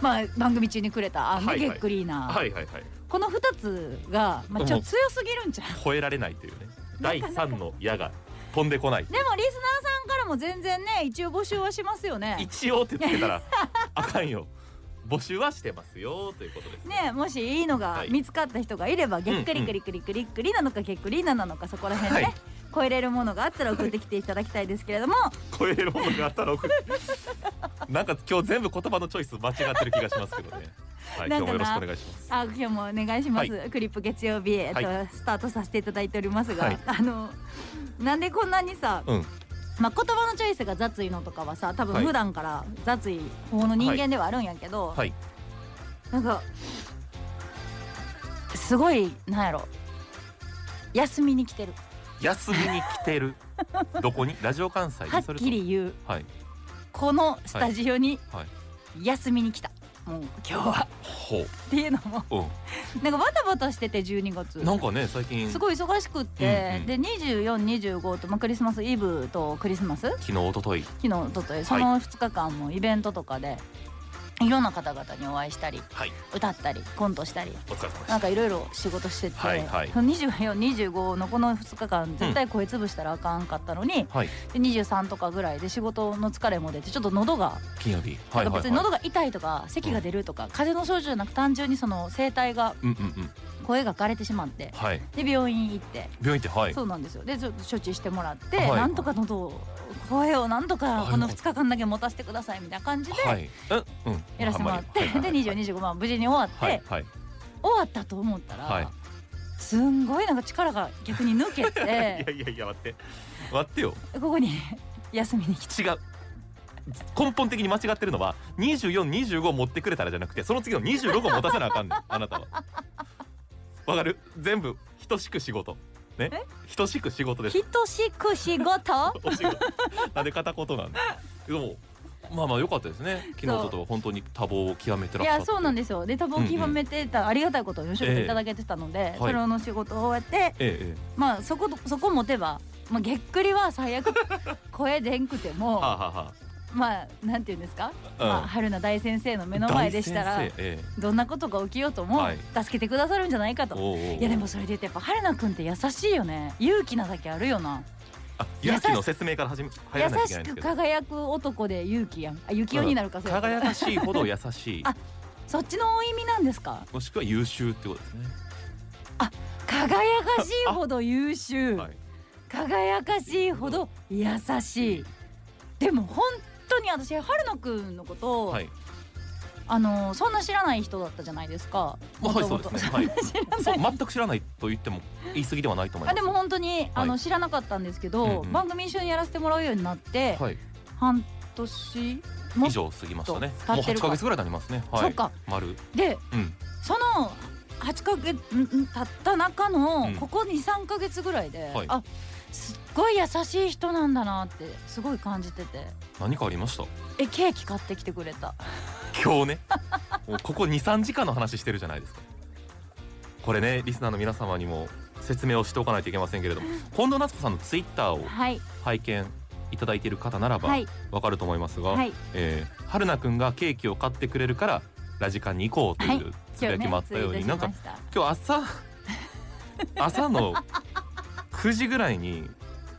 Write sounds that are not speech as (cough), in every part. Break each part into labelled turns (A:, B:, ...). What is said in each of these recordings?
A: まあ、番組中にくれた「あ、ね
B: はいはい
A: げっくりーな、
B: はいはいはい。
A: この2つが、まあ、ちょっと強すぎるんちゃう
B: 超えられないというね第三の矢が飛んでこない
A: でもリスナーさんからも全然ね一応募集はしますよね。
B: 一応ってつけたらあかんよ募集はしてますよということです
A: ねもしいいのが
B: はい
A: 見つかった人がいれば、げっくりくりくりくりくりなのかげっくりなのかそこら辺でね、
B: はい
A: 超えれるものがあったら送ってきていただきたいですけれ
B: (laughs)
A: ども、
B: 超えるものがあったら送るなんか今日全部言葉のチョイス間違ってる気がしますけどねはい
A: な
B: 今
A: んか
B: 日
A: な
B: もよろしくお願いします
A: あ今日もお願いします、
B: は
A: クリップ月曜日、えっと
B: は
A: スタートさせていただいておりますが、
B: はい
A: あのなんでこんなにさ、
B: うん
A: まあ、言葉のチョイスが雑いのとかはさ多分
B: はい
A: 普段から雑い方の人間ではあるんやけど、
B: はい
A: なんかすごいなんやろ休みに来てる
B: 休みに来てるどこにラジオ関西に
A: はっきり言う
B: それともはい
A: このスタジオに
B: はいは
A: 休みに来た、もう今日は
B: ほ
A: っていうのも (laughs)
B: う
A: なんかバタバタしてて12月
B: うんなんかね最近
A: す
B: 昨
A: ごい忙しくって、
B: うん
A: で2425と、まあ、クリスマスイブとクリスマス
B: 日一昨日
A: 昨日とといその2日間もイベントとかで、いろんな方々にお会いしたり
B: はい
A: 歌ったりコントしたり
B: お疲れ様で
A: な
B: し
A: んかいろいろ仕事してて、
B: はいはい
A: その2425のこの2日間絶対声潰したらあかんかったのに、
B: たはい
A: で23とかぐらいで仕事の疲れも出てちょっと喉が、
B: 金曜日はい
A: なんか
B: はい
A: 別に
B: はい
A: 喉が痛いとか咳が出るとか、風邪の症状じゃなく単純にその声帯が
B: うんうんうん
A: 声が枯れてしまって
B: はい
A: で病院行って、
B: 病院ってはい
A: そうなんですよでちょっと処置してもらって、
B: はい
A: なんとか喉を声をなんとか
B: はい
A: この2日間だけ持たせてくださいみたいな感じで。
B: はいうんうん
A: やらせてもらって、
B: あんまりはいはいはい
A: で2025万無事に終わって、
B: はいはい
A: 終わったと思ったら、
B: はい
A: すんごいなんか力が逆に抜け
B: (laughs) いや
A: て
B: いやいや待って待ってよ
A: ここに (laughs) 休みに来て
B: 違う根本的に間違ってるのは2425持ってくれたらじゃなくてその次の26を持たせなあ
A: (laughs)
B: かんねんあなたはわかる全部等しく仕事ね等しく仕事です
A: 等しく仕
B: (laughs)
A: 事
B: お仕事なんで片言なんだでもまあまあ良かったですね昨日
A: そう
B: とは本当に多忙を極めてら
A: い
B: っしゃっ
A: やそうなんですよで多分極めてた、ありがたいことにお仕事いただけてたので、
B: え
A: それの仕事を終えて、
B: えええ
A: まあそことそこ持てば、まあ、げっくりは最
B: (laughs)
A: 悪声でんくて
B: えは
A: も
B: あ、は
A: まあなんていうんですか、ま
B: あは
A: あ、
B: あ
A: 春菜大先生の目の前でしたら
B: 大先生ええ
A: どんなことが起きようとも、
B: はい
A: 助けてくださるんじゃないかと。
B: おうおうおう
A: いやでもそれで言ってやっぱ春菜くんって優しいよね勇気なだけあるよな
B: あ勇気の説明から始め入
A: 優
B: らないといけ
A: し
B: ないんです
A: く
B: けど
A: 輝く男で勇気やんあ勇気よになるかそれ
B: 輝かしいほど優しい
A: あそっちの意味なんですか
B: もしくは優秀ってことですね
A: 輝かしいほど優秀、
B: はい
A: 輝かしいほど優しいでも本当に私春野くんのことを
B: はい
A: あのそんな知らない人だったじゃないですか。
B: まあはいそう
A: 元
B: で
A: 々
B: すねはい
A: 知らない
B: (laughs) そう全く知らないと言っても言い過ぎではないと思い
A: あ
B: ま
A: ですも本当にあの、
B: はい
A: 知らなかったんですけど、
B: うんうん
A: 番組一緒にやらせてもらうようになって、
B: はい
A: 半年も
B: 以上過ぎましたね
A: ちょっと
B: もう
A: 経ってる
B: 8
A: か
B: ヶ月ぐらいになりますね
A: そ
B: は
A: っ
B: い
A: か
B: 丸
A: で
B: うん
A: その8ヶ月んん経った中の
B: うん
A: ここ23ヶ月ぐらいで、
B: はい
A: あすっごい優しい人なんだなってすごい感じてて
B: 何かありました
A: えケーキ買ってきてくれた
B: 今日ねもうここ23時間の話してるじゃないですかこれねリスナーの皆様にも説明をしておかないといけませんけれども近藤夏子さんのツイッターを
A: はい
B: 拝見いただいている方ならば
A: はい
B: わかると思いますが、
A: はい
B: えー、春菜くんがケーキを買ってくれるからラジカンに行こうと
A: はいいう
B: つぶやきもあったように、なんか今日
A: (laughs)
B: 朝朝の9時ぐらいに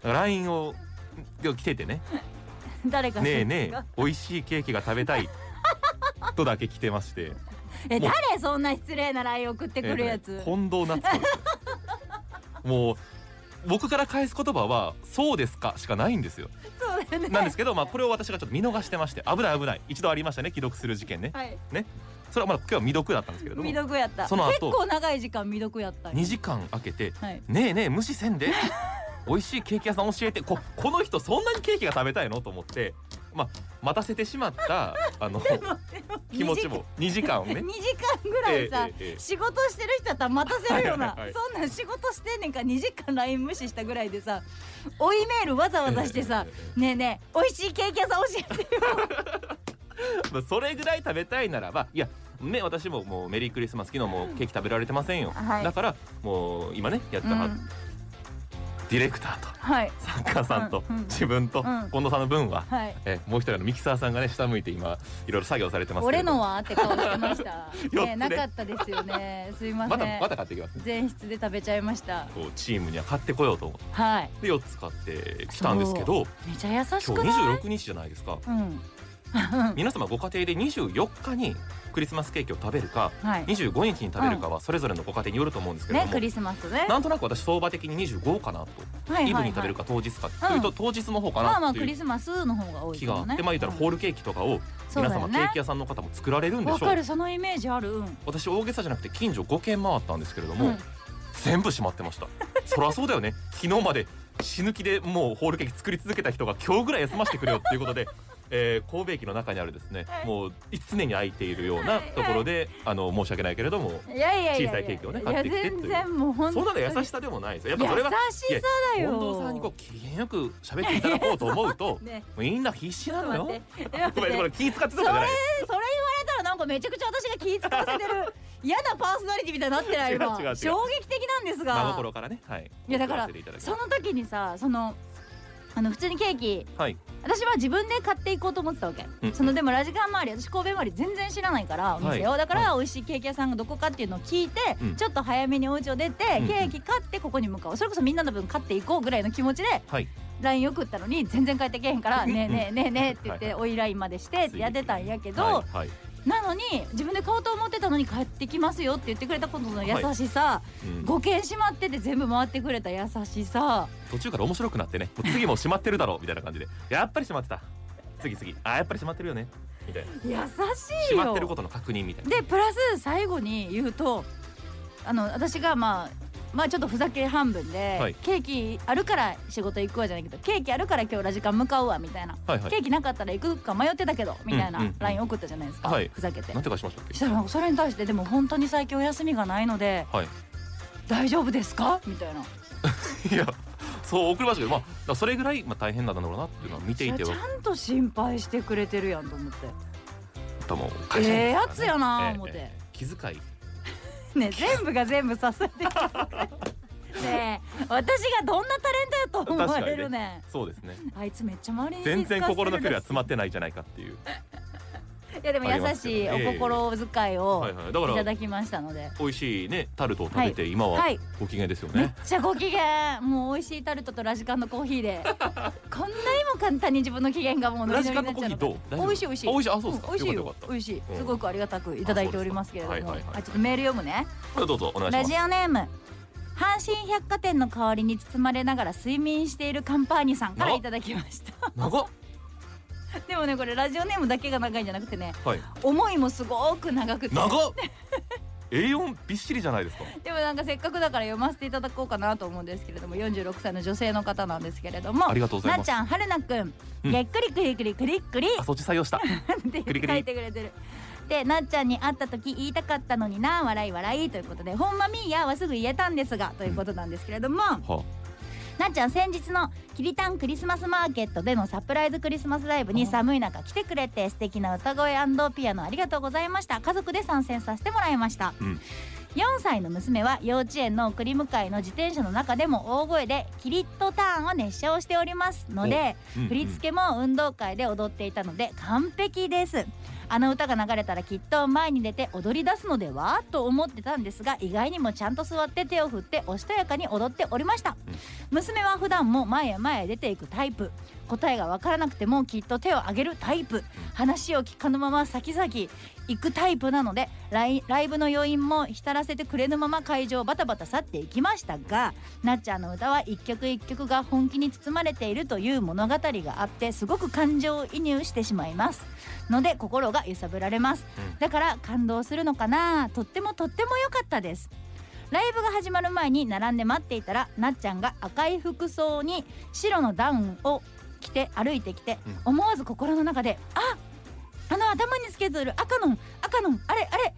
B: LINE をが来ててね
A: 誰
B: 「
A: か
B: ねえねえ美味しいケーキが食べたい」とだけ来てまして
A: え
B: もう
A: 誰そんな失礼な LINE 送ってくるやつ、
B: えーとね近藤夏子ですもう僕から返す言葉は「そうですか」しかないんです
A: (laughs)
B: よ
A: そうだよね
B: なんですけど、まあ、これを私がちょっと見逃してまして危ない危ない一度ありましたね既読する事件ね
A: はい
B: それはまだ今日は未読だったんですけれども
A: 未読やった
B: その後
A: 結構長い時間未読やったよ
B: 2時間空けて (laughs)
A: はい
B: 「ねえねえ無視せんで美味しいケーキ屋さん教えてここの人そんなにケーキが食べたいの?」と思って、まあ、待たせてしまったあ
A: (laughs)
B: の気持ちも2時間を
A: 2 (laughs)
B: ね
A: 時間ぐらいさ、
B: ええええええ
A: 仕事してる人だったら待たせるよな、
B: はいはいはい
A: そんなん仕事してんねんから2時間 LINE 無視したぐらいでさ追いメールわざわざしてさ
B: えええ
A: 「
B: え
A: ねえねえ美味しいケーキ屋さん教えてよ
B: まあそれぐらい食べたいならばいやね、私ももうメリークリスマス昨日もうケーキ食べられてませんよ、
A: はい
B: だからもう今ねやっ」
A: う
B: た、
A: ん、
B: ディレクターと
A: (laughs) はい
B: サッカーさんと
A: うんうん
B: 自分
A: う
B: と
A: ん
B: 近藤さんの分は、
A: はい
B: えもう一人のミキサーさんがね下向いて今いろいろ作業されてますけれ
A: 俺
B: ど
A: の
B: も
A: はって顔してました
B: (laughs) つね
A: ねなかったですよねすいませ
B: ま
A: ん、
B: だまだ買ってきますね
A: 前室で食べちゃいました
B: こうチームには買ってこようと思って
A: はい
B: で4つ買ってきたんですけど
A: めちゃ優し
B: 今
A: く
B: 日
A: ない
B: 26日じゃないですか
A: うん
B: 皆様ご家庭で24日にクリスマスケーキを食べるか
A: はい
B: 25日に食べるかはそれぞれのご家庭によると思うんですけれど
A: ね
B: も、
A: クリスマスね
B: なんとなく私相場的に25かなと、
A: はいはい
B: イ
A: は
B: ブ
A: い
B: に食べるか当日かというと、
A: うん
B: 当日の方か
A: まあま
B: な
A: あ
B: って
A: ク
B: い
A: リ
B: う
A: スマスの方が多い
B: 気
A: か
B: があ
A: も
B: って、
A: ね
B: まあ言ったらホールケーキとかを
A: そう
B: 皆様ケ
A: だよね
B: ーキ屋さんの方も作られるんで
A: わ
B: しょ
A: か
B: う
A: るそのイメージあるうん
B: 私大げさじゃなくて近所5軒回ったんですけれども、
A: うん
B: 全部閉まってましたそりゃそうだよね昨日まで死ぬ気でもうホールケーキ作り続けた人が今日ぐらい休ませてくれよっていうこ
A: (laughs)
B: とで、えー神戸駅の中にあるですね、
A: はい
B: もう常に空いているようなところで、あの申し訳ないけれども
A: いやいやいや
B: 小さいケーキをね
A: いや
B: 買ってきてっていう
A: 全然もう本
B: そ
A: 当
B: ん
A: に
B: なの優しさでもないですよやっぱそれは
A: 優しさだよ
B: 近藤さんにこう機嫌よく喋っていただこうと思うと
A: (laughs) ね
B: みんな必死なの
A: 待っ
B: よ
A: て待って
B: ごめんこれ気使って
A: それそれ言
B: たじゃ
A: わ
B: な
A: れ
B: い
A: たらなんかめちゃくちゃ私が気使わせてる嫌なパーソナリティみたいになってない今
B: (laughs) 違う違う違う
A: 衝撃的なんです
B: 真
A: が
B: 心からねはい
A: いやだから
B: 送せていただき
A: そ
B: ます
A: の時にさそのあの普通にケーキ
B: はい
A: 私は自分で買っていこうと思ってたわけ、
B: うん
A: そのでもラジカン周り私神戸周り全然知らないからお店を、
B: はい
A: だから美味しいケーキ屋さんがどこかっていうのを聞いて、
B: うん
A: ちょっと早めにお家を出て、
B: うんうん
A: ケーキ買ってここに向かうそれこそみんなの分買っていこうぐらいの気持ちで
B: はい
A: LINE 送ったのに全然帰ってけへんから「
B: うんうん
A: ねえねえねえねえ」って言っ
B: (laughs) は
A: て
B: い
A: おいラインまでしてやってたんやけど、
B: はいはい
A: なのに自分で買おうと思ってたのに帰ってきますよって言ってくれたことの優しさ、
B: うん
A: 5件閉まってて全部回ってくれた優しさ
B: 途中から面白くなってねもう次も閉まってるだろうみたいな感じでやっぱり閉まってた次次あやっぱり閉まってるよねみたいな
A: 優しいよ
B: 閉まってることの確認みたいな
A: でプラス最後に言うとあの私がまあまあちょっとふざけ半分で、
B: はい
A: ケーキあるから仕事行くわじゃないけどケーキあるから今日ラジカン向かうわみたいな、
B: はいは
A: ケ
B: い
A: ーキなかったら行くか迷ってたけどみたい
B: うんう
A: なん
B: うん
A: LINE 送ったじゃないですか、
B: はい
A: ふざけて
B: なんて返しましたっ
A: そし
B: け
A: たらなんかそれに対してでも本当に最近お休みがないので
B: はい (laughs)
A: 大丈夫ですかみたいない
B: やそう送りましたけどまあだからそれぐらいまあ大変なんだろうなっていうのは見ていて
A: ち
B: は
A: ゃんと心配してくれてるやんと思って
B: 多分会社員
A: ええ
B: ですからね
A: やつやなあ思って
B: 気遣い
A: ね全部が全部させて
B: (laughs)
A: くれねえ私がどんなタレントやと思われるねん
B: そうですね
A: あいつめっちゃ周りに
B: 全然心の距離は詰ま
A: っ
B: ってないじゃないかっていう
A: いやでも優しいお心遣いを
B: はいはいだ
A: い
B: か
A: た
B: ら
A: だきましたので、
B: (laughs) 美味しいねタルトを食べて今は
A: はい
B: ご機嫌ですよ
A: めっ
B: ね
A: ちゃご機嫌もう美味しいタルトとラジカンのコーヒー
B: (laughs)
A: でこんなにも簡単に自分の機嫌がもうノ
B: ラ
A: リ
B: ジ
A: ノリ
B: カン
A: にな
B: の
A: っ
B: コ
A: ち
B: ー
A: ゃう
B: ヒー
A: の
B: どう大丈夫
A: 美味しい美味しい
B: 美味しいあそうですか
A: うん美味しい
B: よか
A: よ
B: ったよか
A: 美
B: っ
A: 味しい
B: うん
A: すごくありがたくいただいておりますけれども
B: あ
A: あ,、
B: そうですかはいはいはい
A: ちょっとメール読むね
B: たどうぞお願いし
A: ラ
B: ます
A: ジオネーム阪神百貨店の香
B: (laughs)
A: りに包まれながら睡眠しているカンパーニュさんからいただきました
B: 長っ
A: でもねこれラジオネームだけが長いんじゃなくてね
B: はい
A: 思いもすごく長くて
B: (laughs) 長っ A4 びっしりじゃないですか
A: でもなんかせっかくだから読ませていただこうかなと思うんですけれども46歳の女性の方なんですけれども
B: ありがとうございます
A: なっちゃんはるなくん、
B: うん
A: げっくりくりくりくりくり
B: あそっち採用 (laughs) した
A: って
B: くりくり
A: 書いてくれてるでなっちゃんに会った時言いたかったのにな笑い笑いということでほんまみーやはすぐ言えたんですがということなんですけれども、
B: は
A: なっちゃん先日のキリタンクリスマスマーケットでのサプライズクリスマスライブに寒い中来てくれて素敵な歌声ピアノありがとうございました家族で参戦させてもらいました、
B: うん
A: 4歳の娘は幼稚園の送り迎えの自転車の中でも大声でキリッとターンを熱唱しておりますので、
B: うんうん
A: 振り付けも運動会で踊っていたので完璧ですあの歌が流れたらきっと前に出て踊り出すのではと思ってたんですが意外にもちゃんと座って手を振っておしとやかに踊っておりました、
B: うん
A: 娘は普段も前へ前へ出ていくタイプ答えが分からなくてもきっと手を挙げるタイプ話を聞かぬまま先々行くタイプなのでライライブの余韻も浸らせてくれぬまま会場をバタバタ去っていきましたがなっちゃんの歌は一曲一曲が本気に包まれているという物語があってすごく感情移入してしまいますので心が揺さぶられます、
B: うん
A: だから感動するのかなとってもとっても良かったですライブが始まる前に並んで待っていたらなっちゃんが赤い服装に白のダウンを着て歩いてきて、
B: うん
A: 思わず心の中で「ああの頭につけてる赤の赤のあれあれ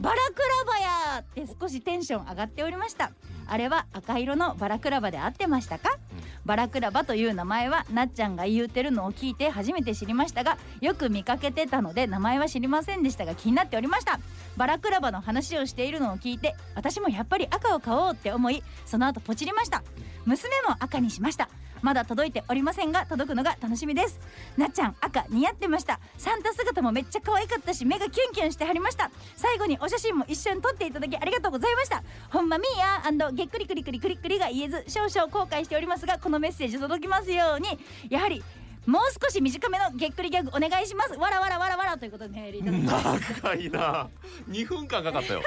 A: バラクラバや!」って少しテンション上がっておりましたあれは赤色のバラクラバで合ってましたか
B: うん
A: バラクラバという名前はなっちゃんが言うてるのを聞いて初めて知りましたがよく見かけてたので名前は知りませんでしたが気になっておりましたバラクラバの話をしているのを聞いて私もやっぱり赤を買おうって思いその後ポチりました娘も赤にしましたまだ届いておりませんが届くのが楽しみですなっちゃん赤似合ってましたサンタ姿もめっちゃ可愛かったし目がキュンキュンしてはりました最後にお写真も一緒に撮っていただきありがとうございましたほんまミーやげっくりくりくりくりくりが言えず少々後悔しておりますがこのメッセージ届きますようにやはりもう少し短めのげっくりギャグお願いしますわらわらわらわらということでメールいただきまし
B: 長いな2分間か
A: (laughs)
B: かったよ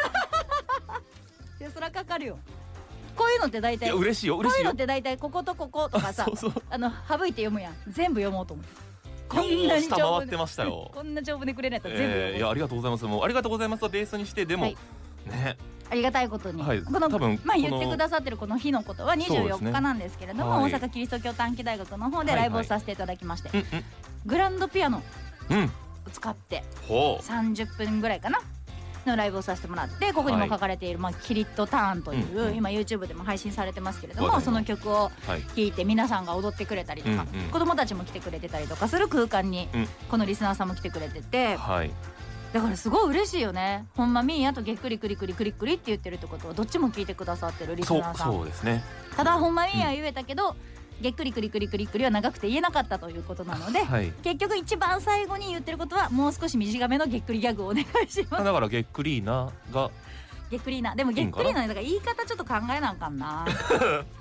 A: たでそらかかるよこういうのって大
B: い
A: 体
B: や
A: こ
B: 嬉しいよ
A: う
B: 嬉
A: い
B: しいう
A: の
B: よ
A: って大体こことこことかさ
B: そうそう
A: あの省いて読むやん全部読もうと思ってこんな
B: よう
A: に
B: 下
A: 丈夫
B: 回ってました
A: (laughs)
B: よ
A: こんな丈夫でくれないと全部読もう
B: えー、いやありがとうございますもうありがとうございますをベースにしてでも、
A: はい
B: ね
A: ありがたいことに、
B: はい
A: この
B: 多分
A: まあ
B: この
A: 言ってくださってるこの日のことは
B: そうです
A: 24
B: ね
A: 日なんですけれども、
B: はい
A: 大阪キリスト教短期大学の方で
B: は
A: ラ
B: いは
A: イ
B: い
A: ブをさせていただきまして、
B: うん
A: グランドピアノを
B: うんうん
A: 使って
B: ほう
A: 30分ぐらいかなのライブをさせてもらってここにも書かれている「まあ、キリットターン」という、
B: うんうん
A: 今 YouTube でも配信されてますけれど
B: わか
A: も
B: ります
A: その曲を
B: はい
A: 聴いて皆さんが踊ってくれたりとか、
B: うんうん
A: 子供たちも来てくれてたりとかする空間に、
B: うん
A: このリスナーさんも来てくれてて
B: はい
A: だからすごい嬉しいよねほんまみーやとげっくりくりくりくりくりって言ってるってことはどっちも聞いてくださってるリス
B: そう
A: ナーさん
B: そうですね
A: ただほんまには言えたけど、げっくりくりくりくりくりは長くて言えなかったということなので、
B: はい
A: 結局一番最後に言ってることはもう少し短めのげっくりギャグをお願いし
B: (laughs)
A: ます
B: だからげっくりーなが
A: げっくりなでもげっくりなだから言い方ちょっと考えなあかんな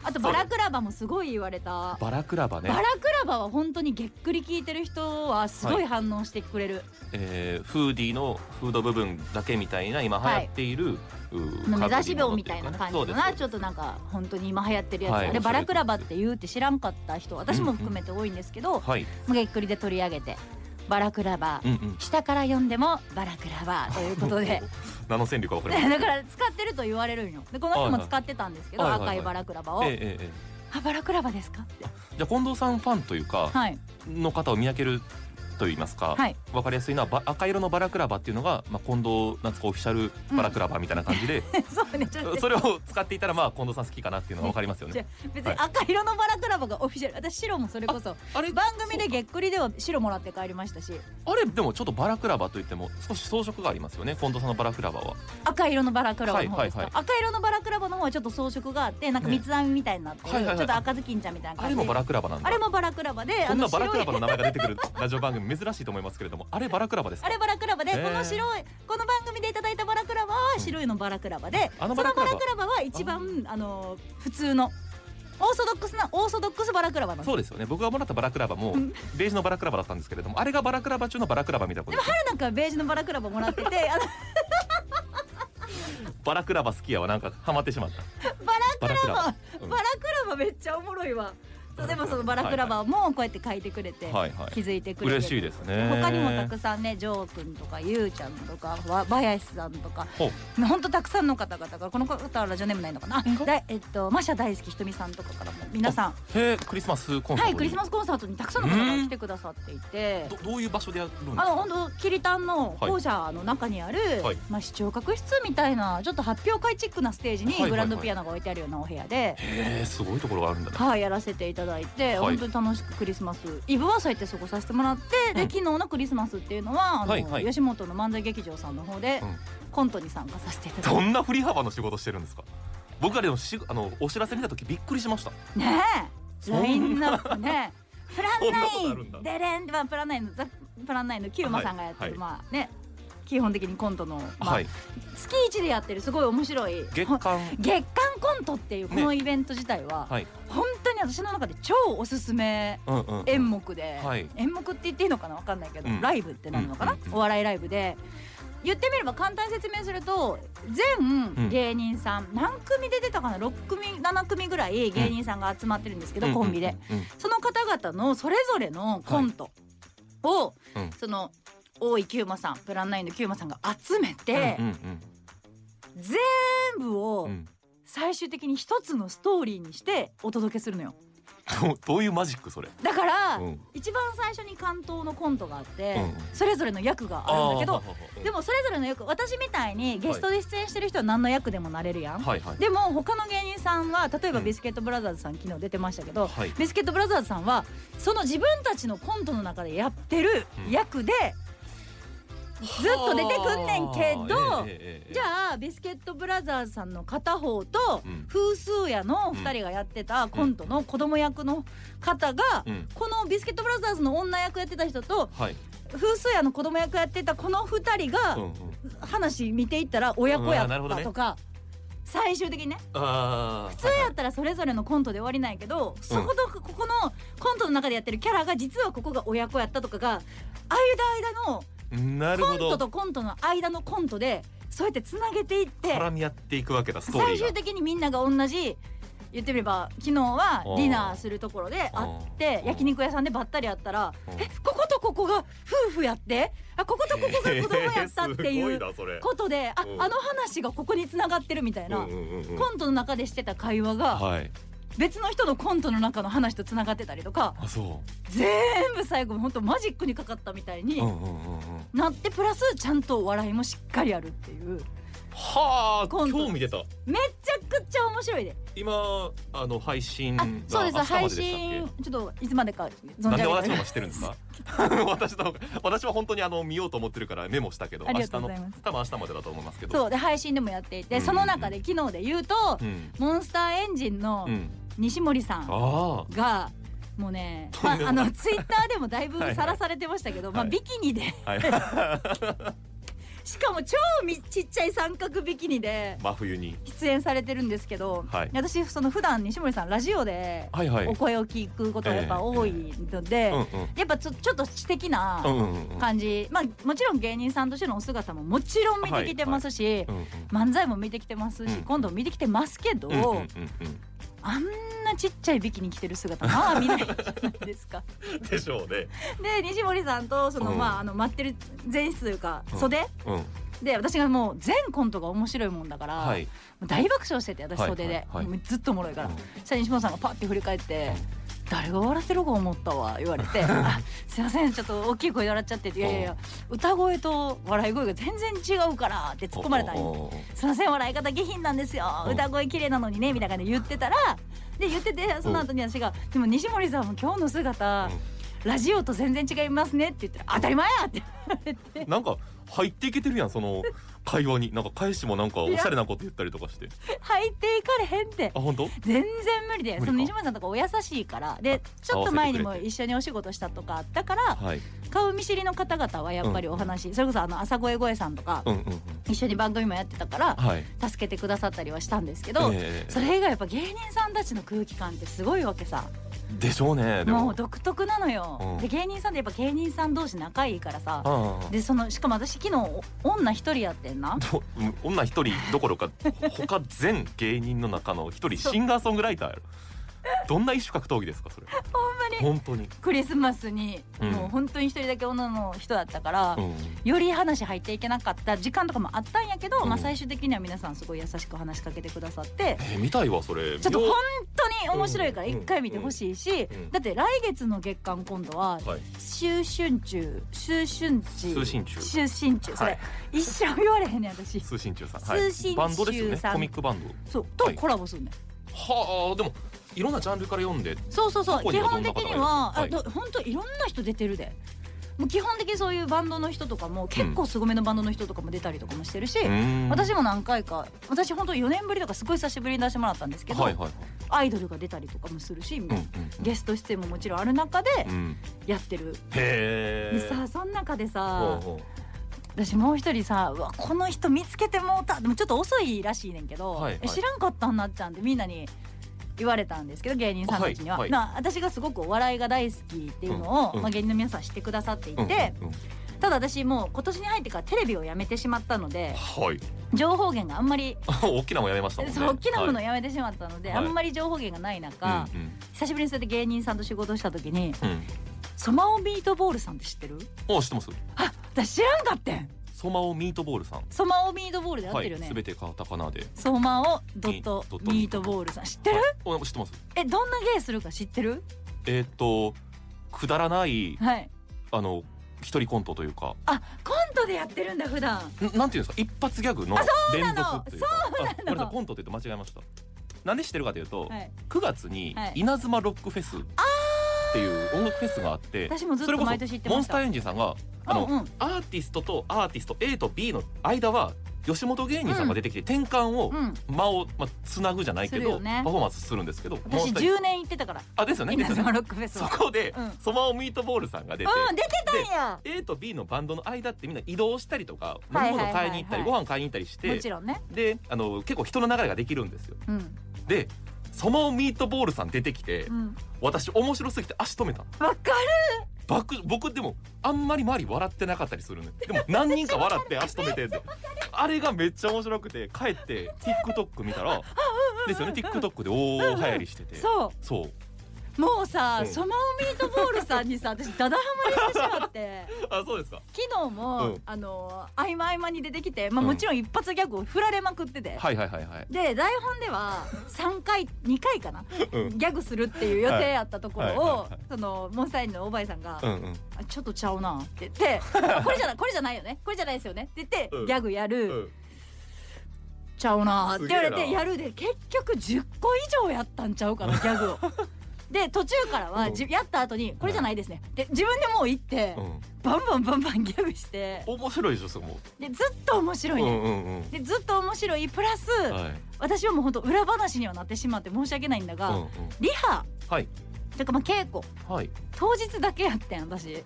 A: あとバラクラバもすごい言われた、
B: バラクラバね
A: バラクラバは本当にげっくり聞いてる人はすごい反応してくれる、
B: えー、フーディーのフード部分だけみたいな今流行っている、うー
A: の目指
B: かぶ
A: し
B: り物
A: 病
B: って
A: み
B: う
A: たい
B: かね
A: な感じ
B: そ
A: の
B: うです
A: な
B: そう
A: ちょっとなんか本当に今流行ってるやつ、
B: はい
A: あ
B: おっしゃ
A: れ
B: る
A: バラクラバって言うって知らんかった人私も含めて多いんですけど、
B: ですはい
A: もうげっくりで取り上げてバラクラバ
B: うんうん
A: 下から読んでもバラクラバということ
B: (laughs)
A: で (laughs)
B: 何の戦力か分かりません
A: だから使ってると言われるんよでこの人も使ってたんですけど、
B: はいはいはい
A: 赤いバラクラバを、
B: えええええ
A: あバラクラバですかって
B: えじゃあ近藤さんファンというか
A: はい (laughs)
B: の方を見分けると言いますか、
A: はい
B: 分かりやすいのはば赤色のバラクラバっていうのが、まあ、近藤夏子オフィシャルバラクラバみたいな感じで、
A: (laughs) そうねちょっと
B: それを使っていたらまあ近藤さん好きかなっていうのが分かりますよ
A: じゃ
B: ね。
A: あ別に赤色のバラクラバがオフィシャル私白もそれこそ
B: あれ
A: 番組でげっくりでは白もらって帰りましたし
B: あれでもちょっとバラクラバといっても少し装飾がありますよね近藤さんのバラクラバは。
A: 赤色のバラクラバの方ですか、
B: はいは
A: 赤色のバラクラバの方はちょっと装飾があってなんか三つ編みみたいになってる、
B: ねはいはいはい
A: ちょっと赤ずきんちゃんみたいな
B: あ
A: 感
B: れ
A: じで
B: もバラクラバなんだ。
A: あれもバラクラバで
B: こんなバラ
A: 白
B: ク
A: い
B: ラバの名前が出てくるラジオ番組珍しいと思いますけれどもあれバラクラバですか
A: あれバラクラバで、
B: へー
A: この白いこの番組でいただいたバラクラバは白いのバラクラバで、
B: あの
A: そ
B: バ
A: の
B: ラク
A: バ
B: ラバ
A: ラクラバは一番あの普通のオーソドックスなオーソドックスバラクラバなんです
B: そうですよね僕がもらったバラクラバもベージュのバラクラバだったんですけれどもあれがバラクラバ中のバラクラバみたいなことです
A: 彼なんかベージュのバラクラバもらっててあの
B: バラクラバ好きやわなんかハマってしまった
A: バラ
B: バラク
A: クラ
B: ラ
A: バ
B: バ
A: バラクラバめっちゃおもろいわそうでもそのバラクラバもこうやって書いてくれて、
B: はいはい
A: 気づいてくれて
B: 嬉しいですね
A: 他にもたくさんねジョー君とかゆうちゃんとかわ林さんとか
B: ほう
A: 本当たくさんの方々からこの方はラジオネームないのかなあだいえっとマシャ大好きひとみさんとかからも皆さん
B: へえクリスマスコンサート
A: はいクリスマ
B: ス
A: スコンサートにたくさんの方が来てくださっていて
B: どどういう場所でやるん
A: あ
B: です
A: の
B: か
A: 本当キリタンの
B: はい
A: 校舎の中にある、
B: はい
A: まあ、視聴覚室みたいなちょっと発表会チックなステージ
B: はいはいは
A: に
B: い
A: グランドピアノが置いてあるようなお部屋で、
B: へえすごいところがあるんだね
A: はい、やらせていただいて、
B: はい
A: 本当に楽しくクリスマスイブはそうやって過ごさせてもらって、で
B: うん
A: 昨日のクリスマスっていうのはあの、
B: はいはい
A: 吉本の漫才劇場さんの方で、
B: うん
A: コントに参加させていただい
B: どんな振り幅の仕事してるんですか僕はでもしあのお知らせ見た時びっくりしました
A: てねえ
B: そんな
A: ラインナップね。プランナ
B: そんなことある
A: イ
B: んだ
A: ンデレン、まあ、プランナインのザプランナインのキューマさんがやってる、
B: はいはい
A: まあね基本的にコントの、まあ
B: はい
A: 月一でやってるすごい面白い
B: 月間
A: 月刊コントっていうこのイベント自体は、
B: はい
A: 本当に私の中で超おすすめ
B: うんうんうん
A: 演目で、
B: はい
A: 演目って言っていいのかなわかんないけど、
B: うん
A: ライブってなるのかな、
B: うんうんうん
A: お笑いライブで言ってみれば簡単に説明すると
B: うん
A: 全芸人さん、何組で出たかな6組7組ぐらい芸人さんが集まってるんですけど、コンビで、
B: うんうん
A: その方々のそれぞれのコントを、
B: うん
A: その大井久馬さんプランナインの久馬さんが集めて、
B: うんうん
A: 全部を、
B: うんうん
A: 最終的に一つのストーリーにしてお届けするのよ
B: どどういうマジックそれ
A: だから、
B: うん
A: 一番最初に関東のコントがあって、
B: うんうん
A: それぞれの役があるんだけどで
B: も
A: もそれぞれの役私みたいにゲストで出演してる人は何の役でもなれるやん、
B: はいはい
A: でも他の芸人さんは例えば
B: うん
A: ビスケットブラザーズさん昨日出てましたけど、
B: はい
A: ビスケットブラザーズさんはその自分たちのコントの中でやってる役で、ずっと出てくんねんけど、
B: はあええええええ
A: じゃあビスケットブラザーズさんの片方と
B: うん
A: 風数屋の2人がやってたコントの子供役の方が
B: うん
A: このビスケットブラザーズの女役やってた人と
B: はい
A: 風数屋の子供役やってたこの2人
B: うん
A: が
B: うん
A: 話見ていったら親子
B: う
A: や
B: わなる
A: っ
B: ほど
A: た
B: ね
A: とか最終的にね
B: あー
A: 普通やったらそれぞれのコントで終わりないけどそことここのコントの中でやってるキャラが実はここが親子やったとかが間々の
B: なる
A: コ
B: ほ
A: ント
B: ど
A: とコントの間のコントでそうやってつなげていって。
B: 絡み合っていくわけだストーリ
A: 最
B: ーが
A: 終的にみんなが同じ言ってみれば昨日はディナーするところで会って
B: うん
A: 焼肉屋さんでばったり会ったら
B: う
A: 「
B: ん
A: えこことここが夫婦やってあこことここが子供やった」ってい
B: へーすごいうな (laughs) それ
A: ことであ
B: うん
A: あの話がここに繋がってるみたいな。
B: うんうんうんうん
A: コントの中でしてた会話が
B: はい
A: 別の人のコントの中の話と繋がってたりとか
B: あそ
A: 全部最後本当マジックにかかったみたいうに
B: うんうんうんうん
A: なってプラスちゃんとお笑いもしっかりあるっていう
B: はあ
A: コント
B: 今日見てた
A: めちゃくちゃ面白いで
B: 今あの配信が
A: あ、そうです。
B: 明日ま
A: 配
B: ででしたっけ
A: 信、ちょっといつまでか存
B: なん
A: じ
B: で
A: 上
B: 私
A: げて
B: の方が知ってるんですか (laughs) 私の方が私は本当にあの見ようと思ってるからメモしたけど
A: あ
B: 明
A: り
B: 日
A: がとう
B: の
A: ございます
B: 多分明日までだと思いますけ
A: (laughs)
B: ど
A: そうで配信でもやっていて、
B: うんうん
A: その中で昨日で言うと、
B: うん
A: モンスターエンジンの
B: うん
A: 西森さん
B: あ
A: が。もうね、
B: と
A: ま
B: ん
A: あ
B: で、も
A: あ
B: ない
A: のツイッターでもだいぶ
B: (laughs) はいはい
A: さらされてましたけど、まあ
B: はい
A: ビキニで、 (laughs)
B: あはい (laughs)
A: しかも超みちっちゃい三角ビキニで
B: 真冬に
A: 出演されてるんですけど、
B: はい
A: 私その普段西森さんラジオで
B: はいはい
A: お声を聞くことがやっぱ多いので、
B: うんうん
A: やっぱちょちょっと知的な
B: うんうんうん
A: 感じ、まあ、もちろん芸人さんとしてのお姿ももちろん見てきてますし、
B: うんうん
A: 漫才も見てきてますし、
B: うん
A: 今度見てきてますけど、
B: うんうんうん
A: あんなちっちゃいビキニ着てる姿まあ見ないじゃないです
B: (laughs)
A: か。
B: うんでしょうね
A: で西森さんとその、
B: うん
A: まあ、あの待ってる前室というか
B: うん
A: 袖、
B: うん
A: で私がもう全コントが面白いもんだから、
B: はい
A: もう大爆笑してて私
B: はい
A: 袖で、
B: はいはい
A: もうずっとおもろいから、
B: うん
A: そしたら西本さんがパッて振り返って「誰が笑ってるか思ったわ」言われ
B: (laughs)
A: て「あすいませんちょっと大きい声で笑っちゃって」って「いやいやいや歌声と笑い声が全然違うから」って突っ込まれたんよ
B: おー
A: すいません笑い方下品なんですよ
B: うん
A: 歌声綺麗なのにねみたいな感じで言ってたらで言っててその後に私が「でも西森さんも今日の姿ラジオと全然違いますね」って言ったら「当たり前や!」って
B: なんか入っていけてるやんその会話になんか返しもなんかおしゃれなこと言ったりとかして
A: 入っていかれへんって
B: あ本当
A: 全然無理で
B: 無理か
A: その西村さんとかお優しいからでちょっと前にも一緒にお仕事したとかあったから
B: はい
A: 顔見知りの方々はやっぱりお話、それこそあの朝声声さんとか、
B: うんうんうん
A: 一緒に番組もやってたから
B: はい
A: 助けてくださったりはしたんですけど、
B: ええ
A: それ以外やっぱ芸人さんたちの空気感ってすごいわけさ
B: でしょうねで
A: も
B: も
A: う独特なのよ、
B: うん
A: で芸人さんってやっぱ芸人さん同士仲いいからさ
B: ああ
A: でそのしかも私昨日お女一人やってんな
B: とうん女一人どころか他全芸人の中の一人シンガーソングライターやろどんな一種格闘技ですかそれ
A: ほんまに
B: 本当に、
A: クリスマスに
B: うん
A: もう本当に一人だけ女の人だったから、
B: うん、
A: より話入っていけなかった時間とかもあったんやけど、
B: うん
A: まあ最終的には皆さんすごい優しく話しかけてくださって
B: えー見たいわそれ
A: ちょっと
B: 見よ
A: 本当に面白いから
B: うん
A: 一回見てほしいし、
B: うん
A: だって来月の月間今度は
B: うはい
A: 秋春中秋春中
B: 通信中
A: 秋春中それ、
B: はい
A: 一生言われへんねん私
B: 通信中さん、
A: 通信中さん
B: バンドですよねコミックバンド
A: そうと
B: はい
A: コラボするねん、
B: はあでもいろんなジャンルから読んで
A: そうそうそう
B: 過去
A: 基
B: には
A: 本的には
B: どんな方がいる
A: あど本当いろんな人出てるでもう基本的にそういうバンドの人とかも結構すごめのバンドの人とかも出たりとかもしてるし、
B: 私
A: 私も何回か私本当4年ぶりとかすごい久しぶりに出してもらったんですけど、
B: はいはいはい
A: アイドルが出たりとかもするし、
B: うんうん
A: ゲスト出演ももちろんある中で
B: うんうん
A: やってる、
B: へ
A: で
B: え
A: さその中でさ
B: ほうほ
A: 私もう一人さうわこの人見つけてもうたでもちょっと遅いらしいねんけど、
B: はいはい
A: え知らんかったんなっちゃんってみんなに言われたんですけど芸人さんたちには、
B: はいはい
A: まあ、私がすごくお笑いが大好きっていうのを、
B: うんうん
A: まあ、芸人の皆さん知ってくださっていうて、
B: うんうんうん
A: ただ私もう今年に入ってからテレビをやめてしまったので
B: はい (laughs)
A: 情報源があんまり
B: 大きなもんやめましたもんね
A: そう大きなものを
B: や
A: やめてしまったので、
B: はい
A: あんまり情報源がない中、
B: うん
A: 久しぶりにそうやって芸人さんと仕事した時に
B: うんうん
A: ソマオミートボールさんって知ってる
B: あ知ってます
A: あ私知らんかってん
B: ソマオミートボールさん
A: ソマオミートボールで合ってるよね、
B: すべてカタカナで
A: ソマオドット
B: ドット
A: ミートボールさん知ってる、
B: お知ってます
A: えどんな芸するか知ってる
B: えーっとくだらない
A: はい
B: あの一人コントというか
A: あコントでやってるんだ普段
B: んなんていうんですか一発ギャグの連続というかそうなのごめんなさいコントって言って間違えましたなんで知ってるかというと、
A: はい
B: 9月に
A: はい
B: 稲妻ロックフェスっていう音楽フェスがあって
A: 私もずっ
B: それ
A: と
B: こ
A: 毎年行って
B: そモ
A: まし
B: ンス
A: た
B: ターエンジンさんがあの、
A: うんうん
B: アーティストとアーティスト A と B の間は吉本芸人さんが出てきて転換を、
A: うん
B: 間を、まあ、つなぐじゃない
A: す
B: け
A: る
B: ど、
A: よね
B: パフォーマンスするんですけどモン
A: 私
B: スターエンジン
A: 10年行ってたから
B: あですよねです
A: 稲
B: よね
A: 妻ロックフェス
B: そ
A: は
B: こで、
A: うん
B: ソマオミートボールさんが出て、
A: うん出てたんや
B: A と B のバンドの間ってみんな移動したりとか飲
A: はいはい
B: み
A: はいはい
B: 物買いに行ったりご飯買いに行ったりして、
A: もちろんね
B: であの結構人の流れができるんですよ
A: うん
B: でそのミートボールさん出てきて、
A: うん
B: 私面白すぎて足止めた
A: わか
B: 僕僕でもあんまり周り笑ってなかったりするねでも何人か笑って足止めてんであれがめっちゃ面白くて帰って TikTok 見たらですよね TikTok で大流行りしてて
A: るそう
B: そう
A: もうさ、
B: うん
A: ソマオミートボールさんに
B: (laughs)
A: さ私ダダハマりしてしまって
B: あそうですか
A: 昨日も、
B: うん
A: あの合間合間に出てきて、まあ、
B: うん
A: もちろん一発ギャグを振られまくってて、
B: はいはいはいはい
A: で台本では3回2回かな
B: うん
A: ギャグするっていう予定あったところを、
B: はいはいはいはい
A: そのモンスターエンジンのおばいさんが、
B: うんうん
A: あちょっとちゃうな」って言
B: (laughs)
A: って「これじゃないこれじゃないよねこれじゃないですよね」って言って、
B: うん
A: ギャグやる、
B: うん
A: ちゃうな」って言われ
B: すげ
A: て
B: えな
A: やるで結局10個以上やったんちゃ
B: (laughs)
A: うかなギャグを。で途中からはじやった後に「これじゃないですね」で自分でもう行って、
B: うん
A: バンバンバンバンギャグして
B: 面白いでしょそこも
A: でずっと面白
B: う
A: いね、
B: んうんうん
A: でずっと面白いプラス、
B: はい
A: 私はもう本当裏話にはなってしまって申し訳ないんだ
B: う
A: が、
B: んうん
A: リハ
B: はい
A: というかまあ稽古
B: はい
A: 当日だけやってん私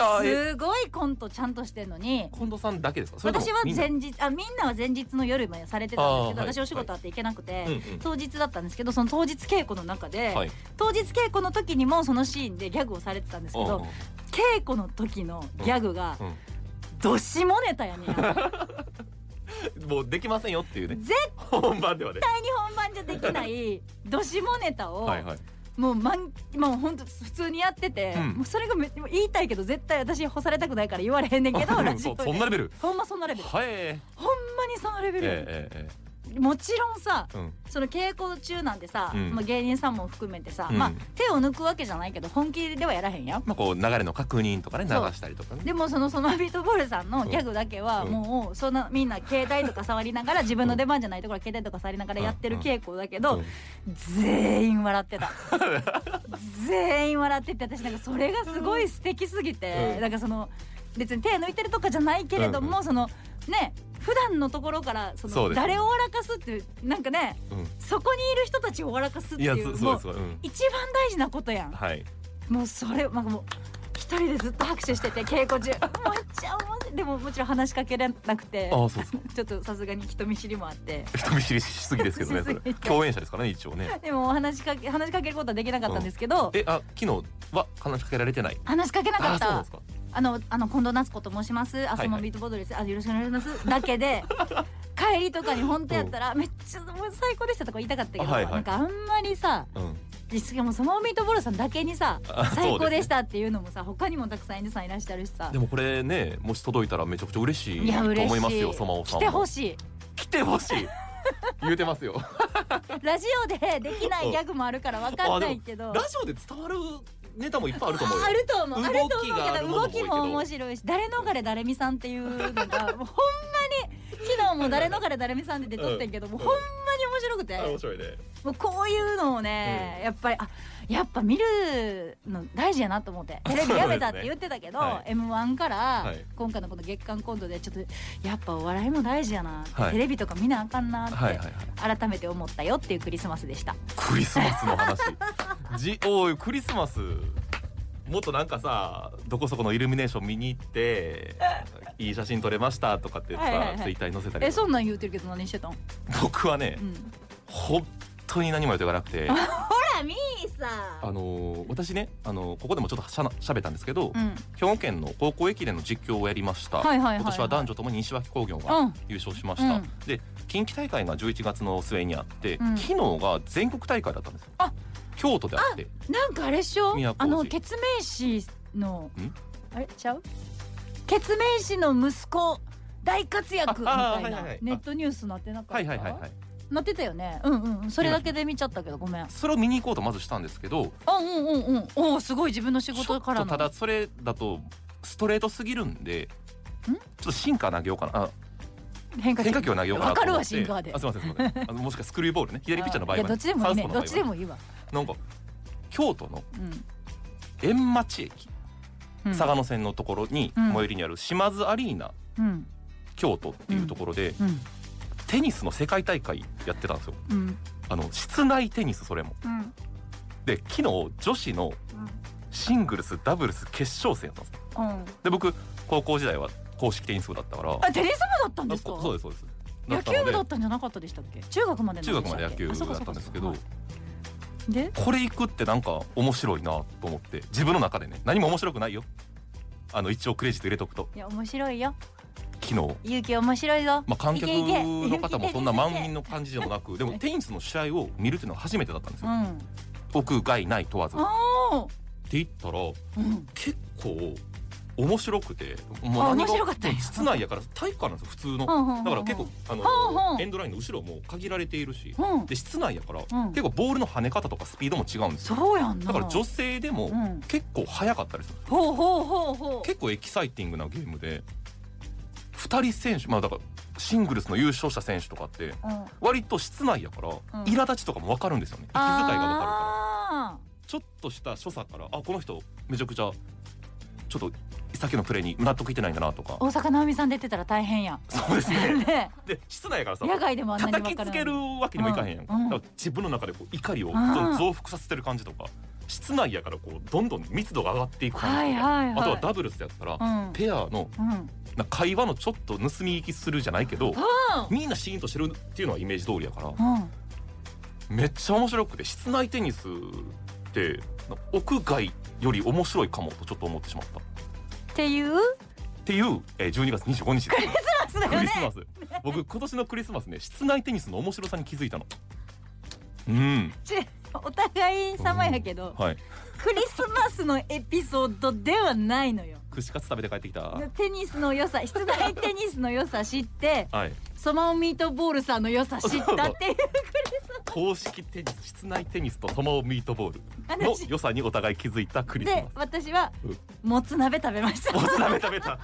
B: あえ
A: すごいコントちゃんとしてんのに
B: 近藤さんだけですかそれとも
A: 私は
B: みんな
A: 前日あみんなは前日の夜もされてたんですけど、
B: あーはい
A: 私お仕事あって行けなくて、
B: うんうん
A: 当日だったんですけどその当日稽古の中で、
B: はい
A: 当日稽古の時にもそのシーンでギャグをされてたんですけど、稽古の時のギャグが
B: うんうん
A: どしもネタ
B: (laughs)
A: やねん絶対
B: うんもうできませんよっていうね本番ではね
A: に本番じゃできないどしもネタを、
B: はいはい
A: もう満もう本当普通にやってて、
B: うん
A: もうそれがめもう言いたいけど絶対私干されたくないから言われへんねんけど
B: うん
A: ラジオ
B: そ
A: で
B: そんなレベル
A: ほんまそんなレベル
B: はいえ
A: ほんまにそのレベ
B: え
A: ルよ、
B: ええ
A: もちろんさ
B: えうん
A: その稽古中なんてさ、
B: うん
A: まあ、芸人さんも含めてさ、
B: うん
A: まあ、手を抜くわけじゃないけど本気ではやらへんやん
B: まあこう流れの確認とかね流
A: そう
B: したりとかね
A: でもそのそのビートボールさんのギャグだけは
B: うん
A: もうそんなみんな携帯とか触りながら自分の出番じゃないところは携帯とか触りながらやってる稽古だけ
B: う
A: ど
B: ん
A: 全員笑
B: (laughs)
A: ってた全員笑ってて私なんかそれがすごい素敵すぎて、
B: うん
A: なんかその別に手抜いてるとかじゃないけれども、そのね普段のところからそ
B: そ
A: の
B: うです
A: 誰を笑かすっていうなんかね
B: うん
A: そこにいる人たちを笑かすって
B: い
A: い
B: や
A: う
B: そ
A: も
B: そううですわうん
A: 一番大事なことやん。
B: はい
A: もうそれなんかもう一人でずっと拍手してて稽
B: (laughs)
A: 古中めっちゃ面白いでももちろん話しかけられなくて
B: ああそうですか
A: ちょっとさすがに人見知りもあって
B: 人見知りしすぎですけどねそ
A: しすぎ
B: れ
A: て
B: 共演者ですからね一応ね
A: でもお話しかけ話しかけることはできなかったんですけど、
B: えあ昨日は話しかけられてない
A: 話しかけなか
B: あ
A: っ
B: そうなん
A: た
B: ですか
A: あのあの近藤夏子と申しますあ
B: はい
A: そもビートボードです、あよろしくお願いしますだけ
B: (laughs)
A: で帰りとかに本当やったら、めっちゃもう最高でしたとか言いたかったけど、
B: はいはい
A: なんかあんまりさ
B: うん
A: でしかもサマーミートボールさんだけにさ
B: あ
A: 最
B: そ
A: 高
B: うですね
A: でしたっていうのもさ他にもたくさん N さんいらっしゃるしさ
B: でもこれねもし届いたらめちゃくちゃ嬉しい
A: いや
B: と
A: 嬉
B: 思います
A: しい
B: よそまおさん
A: 来てほ
B: い
A: しい
B: 来てほしい言うてま
A: (laughs)
B: すよ
A: ラジオでできないギャグもあるから分かんないけど
B: ラジオで伝わるネタもいっぱいあると思うよ
A: あると思うあると思う
B: 動きがあ
A: け
B: る
A: ど
B: ものも
A: 動
B: 多いけ
A: き
B: ど
A: も面白いし誰の彼誰みさんっていう
B: (laughs)
A: のがもうほんまに昨日も誰の彼誰みさんで出とってんけど、もうほんまに面白くて、
B: あ面白いね
A: もうこういうのをね、やっぱりあやっぱ見るの大事やなと思
B: (laughs)
A: ってテレビやめたって言ってたけど、
B: そうです
A: m 1から
B: はい
A: 今回のこの月間コントでちょっとやっぱお笑いも大事やな、
B: はい
A: テレビとか見なあかんなって、
B: はいはいはい
A: 改めて思ったよっていうクリスマスでした。
B: クリスマスの話じおいクリスマスもっとなんかさどこそこのイルミネーション見に行っていい写真撮れましたとかってさ、
A: はいはいはい
B: ツイッターに載せた
A: え
B: りと
A: そ
B: か
A: んなん言うてるけど何してたん、
B: 僕はね、
A: うん、
B: 本当に何も言うとかなくて
A: ほらミーさ
B: あのー私ね、あのーここでもちょっとしゃなしゃべったんですけど、
A: ん、うん、
B: 兵庫県の高校駅伝の実況をやりました、
A: はいはいはいはい
B: 今年は男女ともに西脇工業が
A: うん
B: 優勝しました、
A: うん
B: で近畿大会が11月の末にあって、
A: うん
B: 昨日が全国大会だったんですよ
A: あ
B: 京都であって
A: なんかあれっしょ
B: 宮古
A: あの
B: 市
A: ケツメイシの
B: ん
A: あれちゃうケツメイシの息子大活躍み
B: あ
A: た
B: あ
A: い
B: はいはい
A: な
B: はい
A: ネットニュースなってなかった
B: はいはいはいはい
A: なってたよねうんうんそれだけで見ちゃったけどごめんあ
B: それを見に行こうとまずしたんですけど
A: うんうんうんおおすごい自分の仕
B: ちょ
A: 事
B: っ
A: から
B: と
A: の
B: ただそれだとストレートすぎるんでち
A: ん
B: ょっとシンカー投げようかなあ
A: 変化球
B: 変化球を投げようかな
A: わ
B: と
A: かる
B: 思
A: わ
B: って
A: シンカーで
B: あすいませんすいませんあのもしかスクリューボールね左ピッチャーの場合
A: い
B: は
A: やどっちでもいいねどっちで
B: も
A: もいいわ
B: なんか京都の
A: うん
B: 円町駅
A: うん
B: 嵯峨野線のところに
A: うん
B: 最寄りにある島津アリーナ
A: うん
B: 京都っていうところで
A: うん
B: テニスの世界大会やってたんですよ
A: うん
B: あの室内テニスそれも
A: うん
B: で昨日女子のシングルスダブルス決勝戦やったんですよ
A: うん
B: で僕高校時代は公式テニス部だったから
A: あテニス部だったんですか
B: あそうですそうです
A: 野球部だ
B: だ
A: った
B: っの
A: たんじゃなかったでしたっけ中学まで
B: で
A: の
B: 中学まで野
A: 話
B: 球
A: っ
B: 部
A: け
B: だったんですけ
A: あ
B: ど
A: そうかそうかそうかで
B: これ行くってなんか面白いなと思って自分の中でね何も面白くないよあの一応クレジット入れとくと
A: いや面白いよ
B: 昨日
A: 勇気面白いぞ
B: まあ、観客
A: いけいけ
B: の方もそんな満員の感じでもなくでも
A: い
B: テニスの試合を見るっていうのは初めてだったんです
A: う
B: よ、
A: ん
B: 屋外ない問わずっ
A: おー
B: て言ったら
A: うん
B: 結構面白くても
A: あ
B: 何が
A: 面白かったんや
B: 室内やから体育館なんですよ普通
A: うんう
B: の
A: んうんうん
B: だから結構あ
A: うんう
B: の
A: ん
B: エンドラインの後ろも限られているし
A: うん
B: で室内やから
A: ん
B: 結構ボールの跳ね方とかスピードも違うんですよ
A: そうやんな
B: だから女性でも
A: うん
B: 結構速かったりするんですよ
A: ほうほうほうほう
B: 結構エキサイティングなゲームで2人選手まあだからシングルスの優勝した選手とかって
A: うん
B: 割と室内やから、
A: うん
B: 苛立ちとかも分かるんですよね息遣いが分かるから
A: あ
B: ちょっとした所作からあこの人めちゃくちゃちょっとさっきのプレーに納得いってないんだなとか
A: ー大阪直美さん出てたら大変やん
B: そうで
A: (laughs)
B: すね
A: ね
B: で室内やからさ
A: 野外でもあんなに分
B: 叩
A: から
B: きつ
A: ない
B: けるわけにもいかへんやんか,、
A: うんうん
B: 自分の中でこう怒りを
A: ん
B: 増幅させてる感じとか室内やからこうどんどん密度が上がっていく感じとか、
A: はいはいはい
B: あとはダブルスやったら、
A: うん
B: ペアの
A: うん
B: なんか会話のちょっと盗み聞きするじゃないけど
A: う
B: みんなシーンとしてるっていうのはイメージ通りやから、
A: んうん
B: めっちゃ面白くて室内テニスって屋外より面白いかもとちょっと思ってしまったっ
A: っていう
B: ていう、えー、12月25日です
A: そうだ
B: ク
A: よ
B: リス
A: ね
B: マス僕今年のクリスマスね室内テニスの面白さに気づいたのうん
A: ちお互い様やけど
B: はい
A: クリスマスのエピソードではないのよ
B: 串カツ食べて帰ってきたは
A: テニスの良さ室内テニスの良さ知って
B: い
A: ソマオミートボールさんの良さ知ったっていう
B: 公式テニス室内テニスとそまおミートボールの
A: 話
B: 良さにお互い気づいたクリス
A: で
B: マ
A: 私は
B: うん
A: もつ鍋食べました
B: スおつ鍋食べた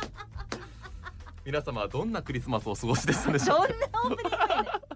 B: 皆様はどんなクリスマスをお過ごしでしたでし
A: そん
B: ょう
A: な
B: か
A: オープニングやね